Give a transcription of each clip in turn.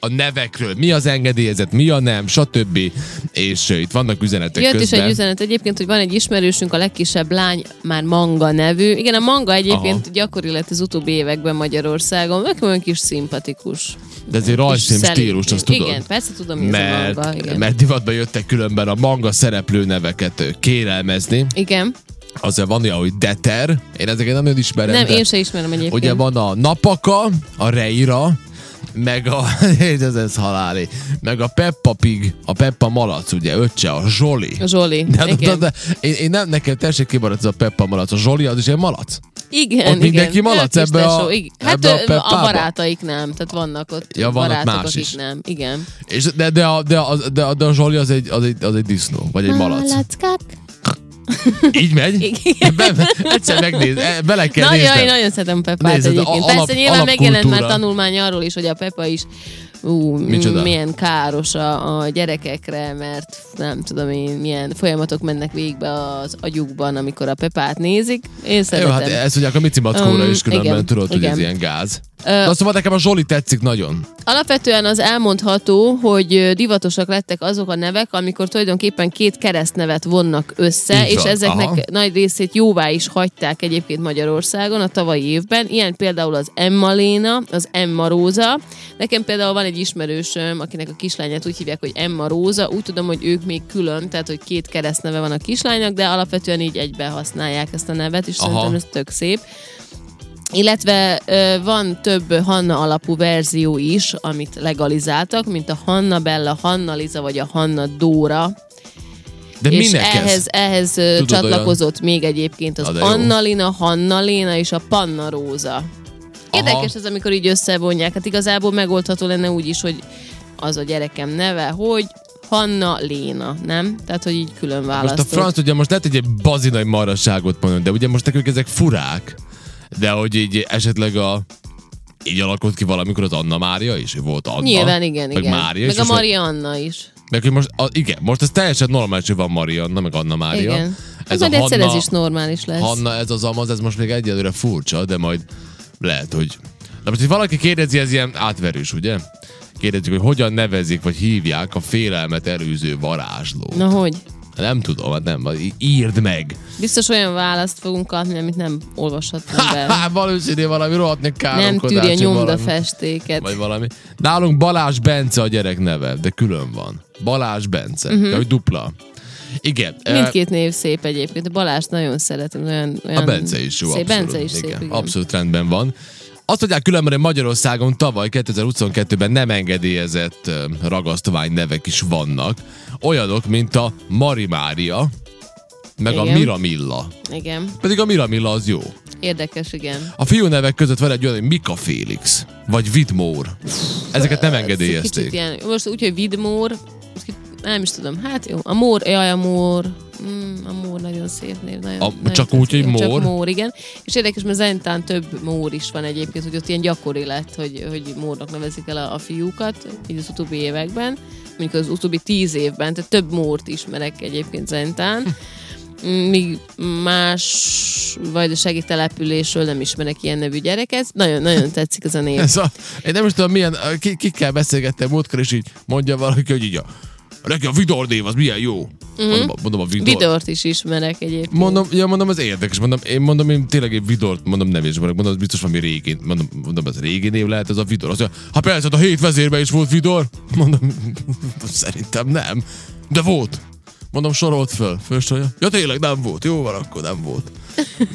a nevekről, mi az engedélyezett, mi a nem, stb. És uh, itt vannak üzenetek Jött közben. is egy üzenet egyébként, hogy van egy ismerősünk, a legkisebb lány már Manga nevű. Igen, a Manga egyébként Aha. gyakori lett az utóbbi években Magyarországon. Nekem olyan kis szimpatikus. De ez egy Kis rajzfilm szelíd. stílus, azt tudod? Igen, persze tudom, mi mert, mert, az a Manga. Igen. mert divatba jöttek különben a manga szereplő neveket ö, kérelmezni. igen. Azért van olyan, hogy Deter, én ezeket nem nagyon ismerem. Nem, de én se ismerem egyébként. Ugye van a Napaka, a Reira, meg a, ez, ez halálé, meg a Peppa Pig, a Peppa Malac, ugye, öccse, a Zsoli. A Zsoli. De, de, de, igen. de, én, én nem, nekem teljesen kimaradt ez a Peppa malac. A Zsoli az is egy malac? ott igen, igen. mindenki malac Lelkis ebbe a- tesó, igen. Hát ebbe a ö, a, Peppába. barátaik nem, tehát vannak ott Ja, vannak barátok, más akik is. nem. Igen. És de, de, a, de, a, de, a, de a Zsoli az egy, az, egy, az egy disznó, vagy egy malac. Malackák. Így megy? hát Igen. Be, egyszer megnéz, e, bele kell Nagyon, néznem. én nagyon szeretem Peppát Nézd, ez egyébként. a- Alap, Persze alap- nyilván megjelent már alapkultúra. tanulmány arról is, hogy a Peppa is ú, m- Micsoda? milyen káros a, a gyerekekre, mert nem tudom én, milyen folyamatok mennek végbe az agyukban, amikor a Peppát nézik. Én Jó, szeretem. hát ez ugye a Mici Mackóra Um, is különben igen, tudod, hogy igen. ez ilyen gáz. Ö, Na szóval nekem a Zsoli tetszik nagyon. Alapvetően az elmondható, hogy ö, divatosak lettek azok a nevek, amikor tulajdonképpen két keresztnevet vonnak össze, Így és van, ezeknek aha. nagy részét jóvá is hagyták egyébként Magyarországon a tavalyi évben. Ilyen például az Emma Léna, az Emma Róza. Nekem például van egy ismerősöm, akinek a kislányát úgy hívják, hogy Emma Róza. Úgy tudom, hogy ők még külön, tehát hogy két keresztneve van a kislánynak, de alapvetően így egybe használják ezt a nevet, és Aha. szerintem ez tök szép. Illetve ö, van több Hanna alapú verzió is, amit legalizáltak, mint a Hanna Bella, Hanna Liza vagy a Hanna Dóra. De és Hát minek ez? ehhez, ehhez ö, Tudod, csatlakozott még egyébként az Na de jó. Annalina, Hannalina és a Panna Róza. Érdekes ez, amikor így összevonják. Hát igazából megoldható lenne úgy is, hogy az a gyerekem neve, hogy Hanna Léna, nem? Tehát, hogy így külön Most a választod. franc, ugye most lehet hogy egy bazinai maraságot mondani, de ugye most nekünk ezek furák. De hogy így esetleg a így alakult ki valamikor az Anna Mária is, hogy volt Anna. Nyilván, igen, meg igen. Mária meg is, a most- Marianna is. Meg hogy most, a, igen, most ez teljesen normális, hogy van Marianna, meg Anna Mária. Igen. Ez majd egyszer ez is normális lesz. Hanna, ez az amaz, ez most még egyelőre furcsa, de majd lehet, hogy... Na most, hogy valaki kérdezi, ez ilyen átverős, ugye? Kérdezik, hogy hogyan nevezik, vagy hívják a félelmet előző varázslót. Na hogy? Nem tudom, hát nem, vagy í- írd meg. Biztos olyan választ fogunk kapni, amit nem olvashatunk be. Há, valószínű Hát valami rohadt Nem káromkodás. tűri a vagy valami- nyomdafestéket. Vagy valami. Nálunk Balázs Bence a gyerek neve, de külön van. Balázs Bence, Mhm. uh-huh. de hogy dupla. Igen. eh, Mindkét név szép egyébként. A Balást nagyon szeretem. Olyan, olyan A Bence is jó, szép. abszolút. Bence is szép, igen. Abszolút rendben van. Azt mondják különben, hogy Magyarországon tavaly 2022-ben nem engedélyezett ö, ragasztvány nevek is vannak. Olyanok, mint a Marimária, meg Igen. a Igen. Miramilla. igen. Pedig a Miramilla az jó. Érdekes, igen. A fiú nevek között van egy olyan, hogy Mika Félix, vagy Vidmór. Ezeket nem Kicsit engedélyezték. ilyen, most úgy, hogy Vidmór, nem is tudom, hát jó, a mór, jaj, a mór, mm, a mór nagyon szép név. Nagyon, A- nagyon csak úgy, tetszik. hogy mór? Csak mór, igen. És érdekes, mert Zentán több mór is van egyébként, hogy ott ilyen gyakori lett, hogy, hogy mórnak nevezik el a, a fiúkat, így az utóbbi években, mondjuk az utóbbi tíz évben, tehát több mórt ismerek egyébként Zentán. Hm. Mm, Míg más vajdasági településről nem ismerek ilyen nevű gyereket. Nagyon-nagyon tetszik ez a név. Ez a, én nem is tudom, milyen, ki, ki kell beszélgettem múltkor, és így mondja valaki, hogy így a, neki a Vidor név, az milyen jó. Mhm. Mondom, a- mondom a Vidor. Vidort is ismerek egyébként. Mondom, ja, mondom, ez érdekes. Mondom, én mondom, én tényleg egy vidort, mondom, nem ismerek. Mondom, ez biztos valami régi. Mondom, mondom ez régi név lehet, ez a vidor. Azt mondja, ha persze, hát a hét vezérben is volt vidor. Mondom, szerintem nem. De volt. Mondom, sorolt föl. Fősorolja. Ja, tényleg nem volt. Jó van, akkor nem volt.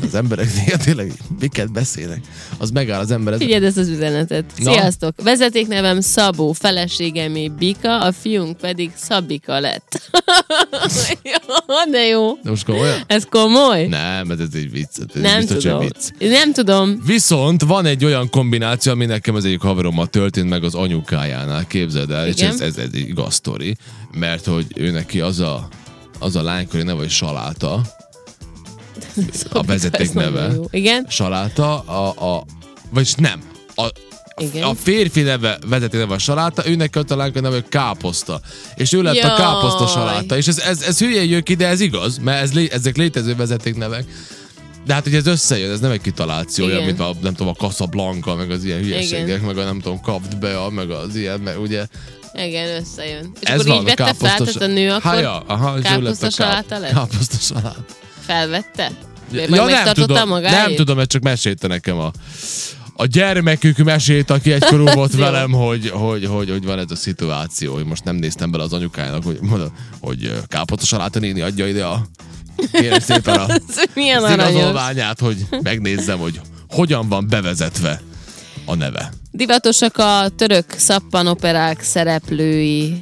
Az emberek néha tényleg miket beszélnek. Az megáll az ember. Ez... Figyeld ezt az üzenetet. Na. Sziasztok! Vezetéknevem Szabó, feleségemé Bika, a fiunk pedig Szabika lett. Jó, De jó. De most komolyan? Ez komoly? Nem, ez, ez egy vicc. Ez Nem biztos, hogy tudom. vicc. Nem tudom. Viszont van egy olyan kombináció, ami nekem az egyik haverommal történt meg az anyukájánál, képzeld el, és Igen. ez, ez egy igaz sztori, mert hogy ő neki az a, az a lánykori neve, hogy Saláta, Szabika, a vezeték ez nagyon neve. jó. Igen? Saláta, a, a vagyis nem, a, Igen. a férfi neve, vezető neve a saláta, ő neki ott a lánykori neve, hogy káposzta. És ő lett a káposzta Jaj. saláta. És ez, ez, ez hülyén jön ki, de ez igaz, mert ez, lé- ezek létező vezetéknevek. De hát ugye ez összejön, ez nem egy kitaláció, olyan, Igen. mint a, nem tudom, a Casablanca, meg az ilyen hülyeségek, Igen. meg a nem tudom, kapd be, a, meg az ilyen, meg ugye. Igen, összejön. És ez akkor van, így vette fel, tehát a nő akkor Hája, aha, és ő lett a káposzta káp- saláta lett? Káposzta saláta. felvette? Vagy majd nem megtartotta tudom, magáét? nem tudom, mert csak mesélte nekem a, a gyermekük mesét, aki egykorú volt jó. velem, hogy, hogy, hogy, hogy, van ez a szituáció, hogy most nem néztem bele az anyukának, hogy, mondom, hogy ö, káposzta saláta néni adja ide a kérem szépen a Ez milyen az aranyos. igazolványát, hogy megnézzem, hogy hogyan van bevezetve a neve. Divatosak a török szappanoperák szereplői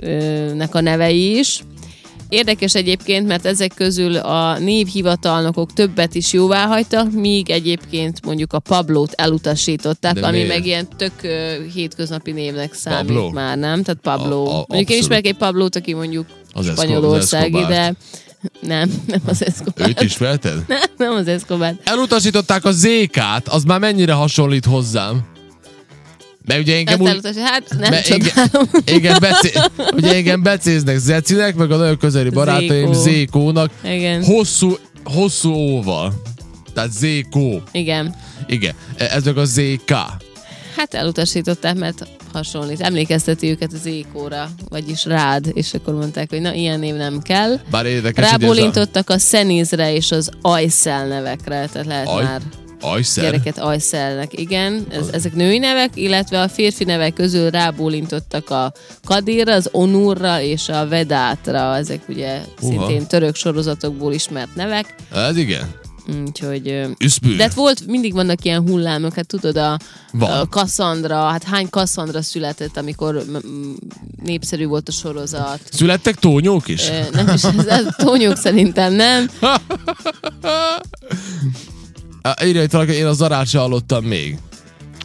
ö, nek a nevei is. Érdekes egyébként, mert ezek közül a névhivatalnokok többet is jóvá hagytak, míg egyébként mondjuk a Pablót elutasították, De ami miért? meg ilyen tök ö, hétköznapi névnek számít Pablo? már, nem? Tehát Pablo. A- a- A, a, mondjuk én abszolút. ismerek egy Pablót, aki mondjuk Az Esco- az Spanyolországi, de Escobart. nem, nem az Escobar. Őt ismerted? Nem az Escobar. Elutasították a ZK-t, az már mennyire hasonlít hozzám. Mert ugye engem Ezt úgy... elutasít. Hát nem Mert csodálom. engem, engem, becé, ugye engem becéznek Zecinek, meg a nagyon közeli barátaim Zékó. Zékónak Igen. hosszú, hosszú óval. Tehát Zékó. Igen. Igen. Ez meg a ZK. Hát elutasították, mert hasonlít. Emlékezteti őket az ékóra, vagyis rád, és akkor mondták, hogy na, ilyen név nem kell. Bár érdekes, hogy ez a... Rábólintottak a szenézre és az ajszel nevekre, tehát lehet Aj- már Ajszer? gyereket ajszelnek. Igen, ez, ezek női nevek, illetve a férfi nevek közül rábólintottak a Kadirra, az Onurra és a Vedátra. Ezek ugye Uha. szintén török sorozatokból ismert nevek, Ez igen. úgyhogy ö, Üszbű. de hát volt, mindig vannak ilyen hullámok, hát tudod, a, Van. a Kassandra, hát hány Kassandra született, amikor m- m- népszerű volt a sorozat. Születtek tónyók is? Ö, Nem is, ez, ez tónyok szerintem, nem? Á, Írja itt valaki, én a zarát se hallottam még.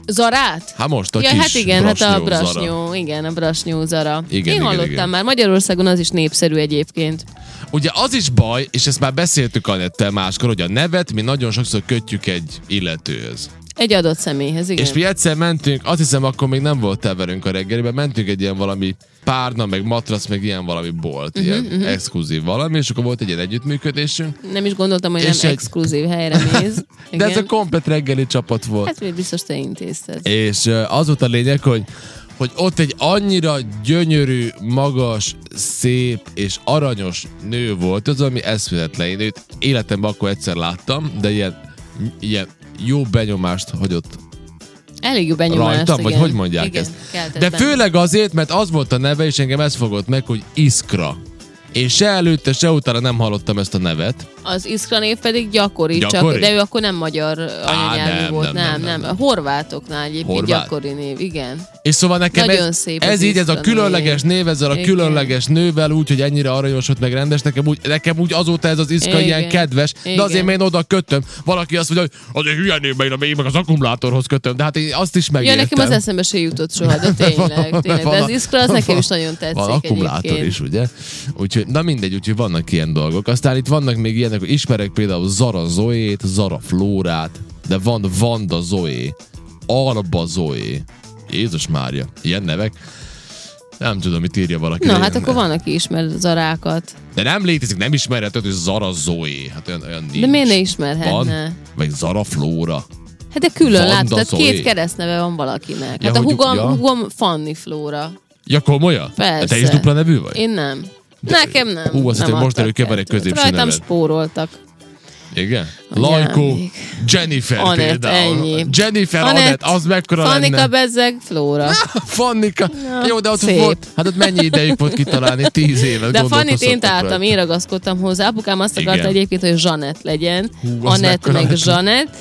Zarát? Hát most a ja, kis hát igen, hát a Zara. brasnyó, igen, a brasnyó zara. Igen, Én igen, hallottam igen. már, Magyarországon az is népszerű egyébként. Ugye az is baj, és ezt már beszéltük Anettel máskor, hogy a nevet mi nagyon sokszor kötjük egy illetőhöz. Egy adott személyhez, igen. És mi egyszer mentünk, azt hiszem akkor még nem voltál velünk a reggeliben, mentünk egy ilyen valami párna, meg matrac, meg ilyen valami bolt, Mhm, uh-huh, ilyen uh-huh. exkluzív valami, és akkor volt egy ilyen együttműködésünk. Nem is gondoltam, hogy nem És egy- exkluzív helyre néz. De ez a Igen. komplet reggeli csapat volt. Hát miért biztos te intézted. És ö, az volt a lényeg, hogy hogy ott egy annyira gyönyörű, magas, szép és aranyos nő volt, az, ami eszméletlen. Én őt életemben akkor egyszer láttam, de ilyen, ilyen jó benyomást hagyott Elég jó benyomást, rajtam, vagy igen. hogy mondják igen, ezt. keltett De bennem. főleg azért, mert az volt a neve, és engem ez fogott meg, hogy Iskra. Én se előtte, se utána nem hallottam ezt a nevet. Az Iskra név pedig gyakori, Gyakori? csak, de ő akkor nem magyar anyanyelvű nem, nem, volt, nem, nem, nem, nem, nem. A horvátoknál egyébként Horvát? gyakori név, igen. És szóval nekem Nagyon ez, szép az ez így, ez a Iskra különleges név, ezzel a Igen. különleges nővel, úgy, hogy ennyire aranyos volt, meg rendes, nekem úgy, nekem úgy azóta ez az iszka Igen. ilyen kedves, de azért Igen. én oda kötöm. Valaki azt mondja, hogy az egy hülye név, mert én meg az akkumulátorhoz kötöm, de hát én azt is Ja, megértem. nekem az eszembe se jutott soha, de tényleg, tényleg. De az Iskra az nekem is nagyon tetszik Van akkumulátor egyébként. is, ugye? Úgyhogy, na mindegy, úgyhogy vannak ilyen dolgok. Aztán itt vannak még ilyenek, hogy ismerek például Zara Zoét, Zara Flórát, de van Vanda Zoé, Alba Zoé. Jézus Mária, ilyen nevek. Nem tudom, mit írja valaki. Na, de hát ilyen- akkor van, aki ismer zarákat. De nem létezik, nem ismerheted, hogy Zara Zoé. Hát olyan, olyan nincs. De miért ne Van? ismerhetne? Vagy Zara Flóra. Hát de külön Vanda látod, tehát Zoé. két keresztneve van valakinek. Ja, Hát a hogy- hugom, ja. hugom Fanni Flóra. Ja, komolyan? Persze. Te is dupla nevű vagy? Én nem. Nekem nem. Hú, azt nem hittem, most adtak előkeverek kettőt. középső Rajtam nevet. spóroltak. Igen. Anyám Lajkó, ég. Jennifer Anett, például. ennyi. Jennifer Anett, Anett, az mekkora Fannika lenne. Bezzeg, Flóra. Fannika. Jó, de ott szép. volt, hát ott mennyi idejük volt kitalálni? Tíz évet De a Fannit én gondolkoztatok találtam, rajta. én ragaszkodtam hozzá. Apukám azt Igen. akarta egyébként, hogy Zsanett legyen. Hú, az Anett mekkora meg lett. Zsanett.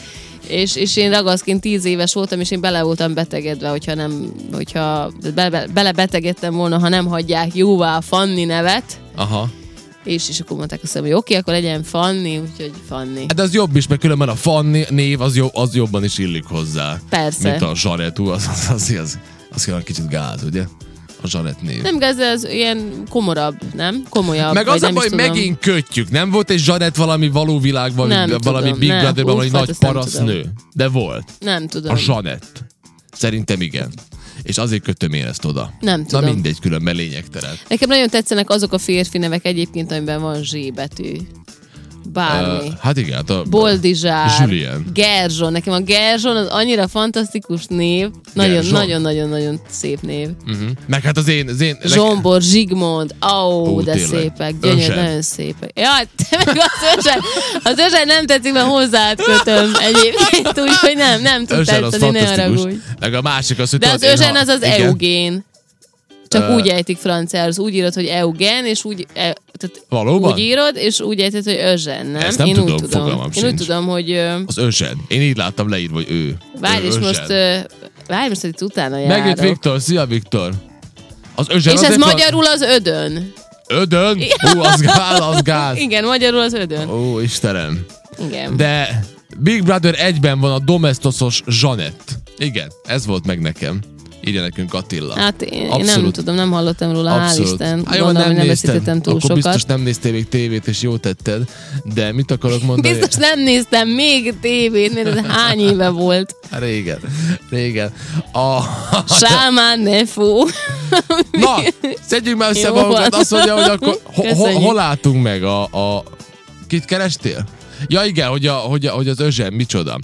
És, és én ragaszként tíz éves voltam, és én bele voltam betegedve, hogyha nem, hogyha bele, bele- belebetegedtem volna, ha nem hagyják jóvá a Fanni nevet. Aha. És, és akkor mondták azt, hogy oké, okay, akkor legyen Fanni, úgyhogy Fanni. Hát de az jobb is, mert különben a Fanni név az, jobb, az jobban is illik hozzá. Persze. Mint a Zsaretú, az, az, az, az, az, az kicsit gáz, ugye? A Zsaret név. Nem igaz, ez ilyen komorabb, nem? Komolyabb. Meg vagy az a nem is baj, hogy tudom. megint kötjük. Nem volt egy Zsanett valami való világban, Nem valami tudom, Big nem. Brotherban, Ú, valami hát nagy ezt nem parasznő. De volt. Nem tudom. A Zsanett. Szerintem igen. És azért kötöm én ezt oda. Nem Na tudom. mindegy, különben lényegtelen. Nekem nagyon tetszenek azok a férfi nevek egyébként, amiben van zsébetű. Bármi. Uh, hát igen, hát a Boldizsár, Julien. Gerzson. Nekem a Gerzson az annyira fantasztikus név. Gerzson? Nagyon-nagyon-nagyon-nagyon szép név. Uh-huh. Meg hát az én... Az én nek- Zsombor, Zsigmond, ó, Ó, de tényleg. szépek, gyönyör, Özseny. nagyon szépek. Jaj, te meg az Özseny, az Özseny nem tetszik, mert hozzád kötöm egyébként, úgyhogy nem, nem tudtál, Özsen az tehát ne haragudj. fantasztikus. Meg a másik az, hogy... De az tudod, én Özsen ha- az az igen. Eugén. Csak Ö. úgy ejtik franciául, az úgy írod, hogy Eugen, és úgy, e, tehát Valóban? úgy írod, és úgy ejted, hogy Özsen, nem? Ezt nem Én tudom, úgy tudom. fogalmam Én úgy sincs. tudom, hogy... ö, Az Özsen. Én így láttam leírva, hogy ő. Várj, Ő és Özsen. most... ö, Várj, most, hogy itt utána Megjött járok. Viktor. Szia, Viktor. Az Özsen És az ez egy magyarul az ödön. Fran... Ödön? Hú, az gáz, az gáz. Igen, magyarul az ödön. Ó, Istenem. Igen. De Big Brother 1-ben van a Domestosos Zsanett. Igen, ez volt meg nekem. Írja nekünk Attila. Hát én, én nem Abszolút. tudom, nem hallottam róla, hál' Isten. Hát Hát, Gondolom, nem, nem nézted, veszítettem túl akkor sokat. biztos nem néztél még tévét, és jó tetted. De mit akarok mondani? Biztos nem néztem még tévét, mert ez hány éve volt. Régen. Régen. A... Hát- Sámán ne fú. Na, szedjük már össze Jó magunkat. van. Azt mondja, hogy akkor ho- ho- Köszönjük. hol álltunk meg? A, a... Kit kerestél? Ja igen, hogy, a, hogy, a, hogy az özsen micsoda.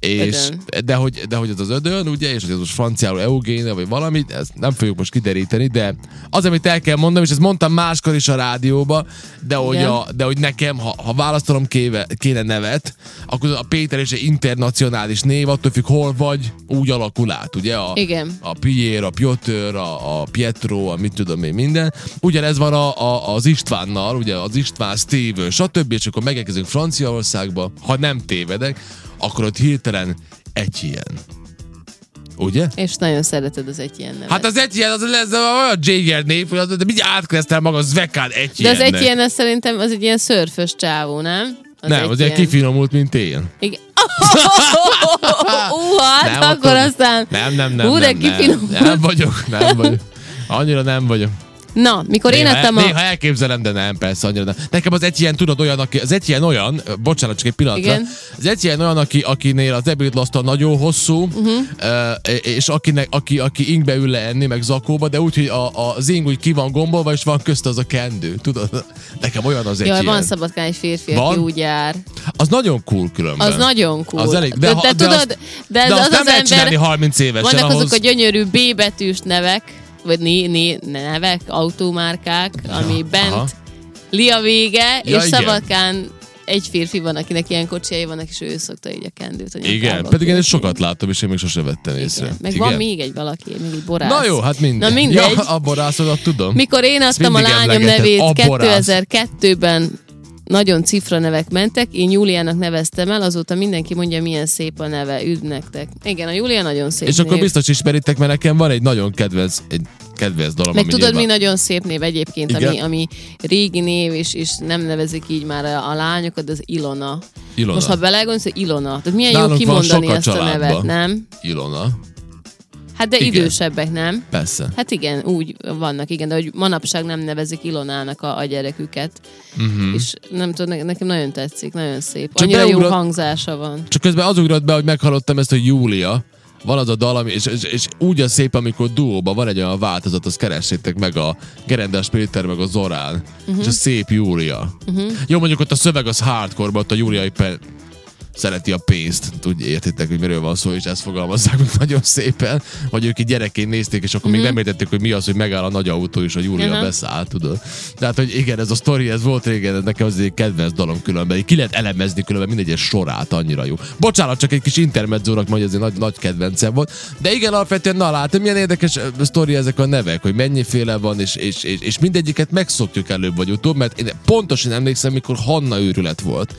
És, Ödön. de, hogy, de hogy az az ödön, ugye, és hogy az most franciául eugéne, vagy valamit, ezt nem fogjuk most kideríteni, de az, amit el kell mondanom, és ezt mondtam máskor is a rádióba, de hogy, Igen. a, de hogy nekem, ha, ha választanom kéve, kéne nevet, akkor a Péter és egy internacionális név, attól függ, hol vagy, úgy alakul át, ugye? A, Igen. a Pier, a Piotr, a, a Pietro, a mit tudom én, minden. Ugyanez van a, a, az Istvánnal, ugye az István, Steven, stb. És akkor megérkezünk Franciaországba, ha nem tévedek, akkor ott hirtelen egy ilyen. Ugye? És nagyon szereted az egy ilyen nevet. Hát az egy ilyen, az lesz olyan Jager név, hogy az, de mindjárt átkezdtem maga Zvekán egy De az egy ilyen, az szerintem az egy ilyen szörfös csávó, nem? Az nem, az egy kifinomult, mint én. Igen. Ó, hát Nem, akkor attól- aztán... Nem, nem, nem. Hú, de nem, nem, kifinomult. nem vagyok, nem vagyok. Annyira nem vagyok. Na, mikor én Néha, adtam a... néha elképzelem, de nem, persze, annyira nem. Nekem az egy ilyen, tudod, olyan, aki, az egy ilyen olyan, ö, bocsánat, csak egy pillanatra, Igen. az egy ilyen olyan, aki, akinél az ebédlasztal nagyon hosszú, Mhm. uh-huh. és akinek, aki, aki ingbe ül le enni, meg zakóba, de úgy, hogy a, a zing úgy ki van gombolva, és van közt az a kendő, tudod? Nekem olyan az egy Jaj, ilyen. van szabadkán egy férfi, Van? aki úgy jár. Az nagyon cool különben. Az nagyon cool. Az elég, de, de, ha- de, de, tudod, azt, de, ez de azt az nem az lehet ember, csinálni 30 évesen vannak ahhoz. azok a gyönyörű B betűs nevek, vagy né, né, nevek, autómárkák, ami bent aha. Lia vége, Ja, és igen. szabadkán egy férfi van, akinek ilyen kocsiai vannak, és ő szokta így a kendőt. A Igen, nyakába pedig én kérni. ezt sokat láttam, és én még sose vettem észre. Igen. Meg Igen. van még egy valaki, még egy borász. Na jó, hát mindegy. Na mindegy. Ja, a borászodat tudom. Mikor én adtam a mindig lányom emlegeted, nevét a borász. 2002-ben, nagyon cifra nevek mentek, én Júliának neveztem el, azóta mindenki mondja, milyen szép a neve, üdv nektek. Igen, a Júlia nagyon szép És név. akkor biztos ismeritek, mert nekem van egy nagyon kedvenc, egy kedvenc dalom, Meg ami tudod, mi nyilván- nagyon szép név egyébként, ami, Igen? ami régi név, és, és nem nevezik így már a, a lányokat, az Ilona. Ilona. Most ha belegondolsz, hogy Ilona, tehát milyen Nálunk jó van kimondani sok a ezt a családban. nevet, nem? Ilona. Hát de Igen. idősebbek, nem? Persze. Hát igen, úgy vannak, igen, de hogy manapság nem nevezik Ilonának a, a gyereküket. Uh-huh. És nem tudom, ne- nekem nagyon tetszik, nagyon szép. Mhm. Csak Annyira jó beugrott- hangzása van. Csak közben az ugrott be, hogy meghallottam ezt, hogy Júlia. Van az a dal, ami, és, és, és úgy a szép, amikor duóban van egy olyan változat, azt keressétek meg a Gerendás Péter, meg a Zorán. Mhm. Uh-huh. És a szép Júlia. Uh-huh. Jó, mondjuk ott a szöveg az hardcore ott a Júlia éppen szereti a pénzt, úgy értitek, hogy miről van szó, és ezt fogalmazzák meg nagyon szépen, hogy ők így gyerekként nézték, és akkor mm-hmm. még nem értették, hogy mi az, hogy megáll a nagy autó, és a Júlia Aha. uh-huh. beszáll, tudod. Tehát, hogy igen, ez a sztori, ez volt régen, ez nekem az egy kedvenc dalom különben, így ki lehet elemezni különben mindegy egy sorát, annyira jó. Bocsánat, csak egy kis intermedzónak, hogy ez egy nagy, nagy kedvencem volt, de igen, alapvetően, na látod, milyen érdekes ö, sztori ezek a nevek, hogy mennyiféle van, és, és, és, és mindegyiket megszokjuk előbb vagy utóbb, mert én pontosan emlékszem, mikor Hanna őrület volt.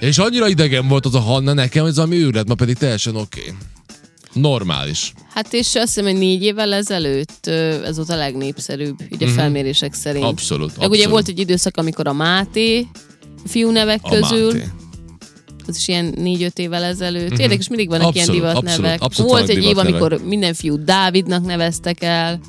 És annyira idegen volt az a Hanna nekem, hogy ez ami őrület, ma pedig teljesen oké. Okay. Normális. Hát és azt hiszem, hogy négy évvel ezelőtt ö, ez volt a legnépszerűbb, így a felmérések szerint. Abszolút, Meg ugye Mhm. abszolút. volt egy időszak, amikor a Máté fiú nevek A közül, Máté. Mhm. az is ilyen négy-öt évvel ezelőtt. Érdekes, mindig vannak Abszolút, ilyen divatnevek. abszolút, abszolút volt vannak egy év, divatnevek. amikor minden fiú Dávidnak neveztek el.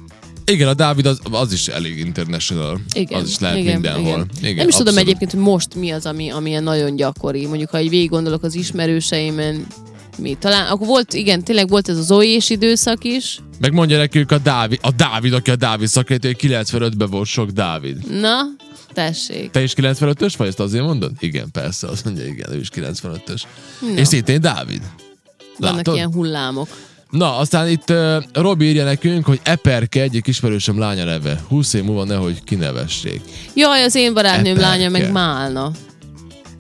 Igen, a Dávid az, az is elég international. Igen, az is lehet igen, mindenhol. Igen. Igen, nem is tudom abszolút. egyébként, hogy most mi az, ami, ami ilyen nagyon gyakori. Mondjuk, ha így végig gondolok az ismerőseimen, mi. Talán akkor volt, igen, tényleg volt ez az olyés időszak is. Meg mondja nekünk a Dávid, a Dávid, aki a Dávid szakértő, hogy 95-ben volt sok Dávid. Na, tessék. Te is 95-ös vagy, ezt azért mondod? Igen, persze, azt mondja, igen, ő is 95-ös. No. És szintén Dávid. Vannak Látod? ilyen hullámok. Na, aztán itt uh, Robi írja nekünk, hogy Eperke egyik ismerősöm lánya neve. 20 év múlva nehogy kinevessék. Jaj, az én barátnőm Eperke. Mhm. lánya meg Málna.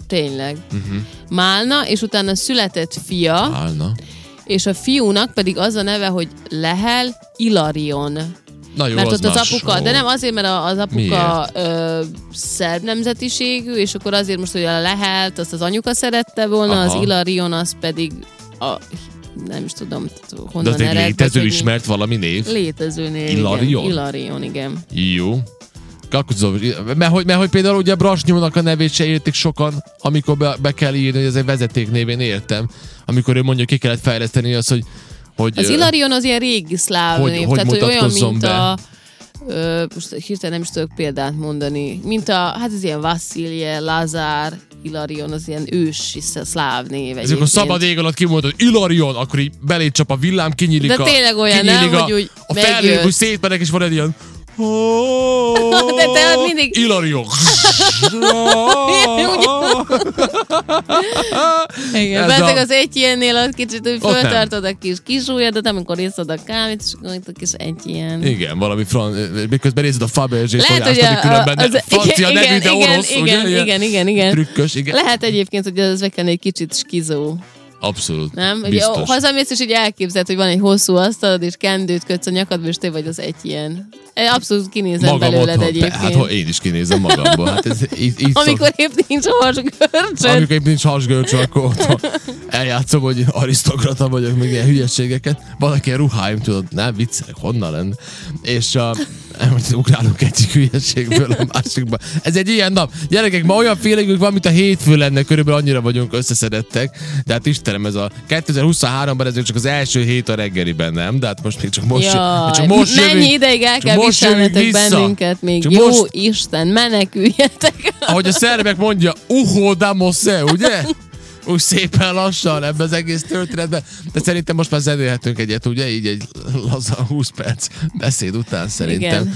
Tényleg. Uh-huh. Málna, és utána született fia, Álna. és a fiúnak pedig az a neve, hogy Lehel Ilarion. Na jó, Mert az ott az más. apuka, Ó. de nem azért, mert a- az apuka Miért? ö, szerb nemzetiségű, és akkor azért most, hogy a lehelt, azt az anyuka szerette volna, Aha. az Ilarion, az pedig a, nem is tudom, t- honnan De az egy ered, vagy létező hogy mi- ismert valami név. Létező név, Ilarion? Igen. Ilarion, igen. Jó. Kakuzov, mert hogy, mert hogy például ugye Brasnyónak a nevét se értik sokan, amikor be, be kell írni, hogy ez egy vezeték névén értem. Amikor ő mondja, ki kellett fejleszteni azt, hogy... hogy Az ö, Ilarion az ilyen régi szláv Hogy- név, hogy tehát hogy olyan, mutatkozzon mint be? a Ö, most hirtelen nem is tudok példát mondani. Mint a, hát ez ilyen Vassilje, Lazár, Ilarion, az ilyen ősi szláv név Ez amikor egyébként. szabad ég alatt kimondod, hogy Ilarion, akkor így belé csap a villám, kinyílik De a... tényleg olyan, nem? kinyílik a, Hogy úgy A felhők, megjön. hogy szétmenek, és van egy ilyen... De te hát mindig- Ilarion. Igen, Ez beteg a- az egy ilyennél, ott kicsit úgy Ott nem. föltartod a kis kisúlyadat, amikor iszod a kávét, és akkor itt a kis egy ilyen. Igen, valami fran... Miközben nézed a Fabergé-t, hogy Lehet, hogy áztatik a, a, különben, de francia nevű, de igen, orosz, igen, ugye? igen, igen, igen. Trükkös, igen. Lehet egyébként, hogy az veken egy kicsit skizó, Abszolút. nem? Ugye, Biztos. ó, hazamész, és így elképzeled, hogy van egy hosszú asztalod, és kendőt kötsz a nyakadba, és te vagy az egy ilyen. Abszolút kinézem belőled egyébként. Hát ha én is kinézem magamból. Hát ez így, így amikor szok, épp nincs harsgörcsöd. amikor épp nincs hasgörcső, akkor ott eljátszom, hogy arisztokrata vagyok, meg ilyen hülyeségeket. Vannak ilyen ruháim, tudod, nem viccelek, honnan lenne. És a, hogy ugrálunk egyik hülyeségből a másikba. Ez egy ilyen nap. Gyerekek, ma olyan félingünk van, mint a hétfő lenne, körülbelül annyira vagyunk összeszedettek. De hát Istenem, ez a 2023-ban ez csak az első hét a reggeliben, nem? De hát most még csak most, Jaj, csak most mennyi jövünk. ideig el csak kell most viselnetek jövünk vissza. bennünket még? Csak Jó most- Isten, meneküljetek! ahogy a szerbek mondja, uho damose, ugye? Úgy szépen lassan ebbe az egész történetben. De szerintem most már zenélhetünk egyet, ugye? Így egy laza 20 perc beszéd után szerintem. Igen.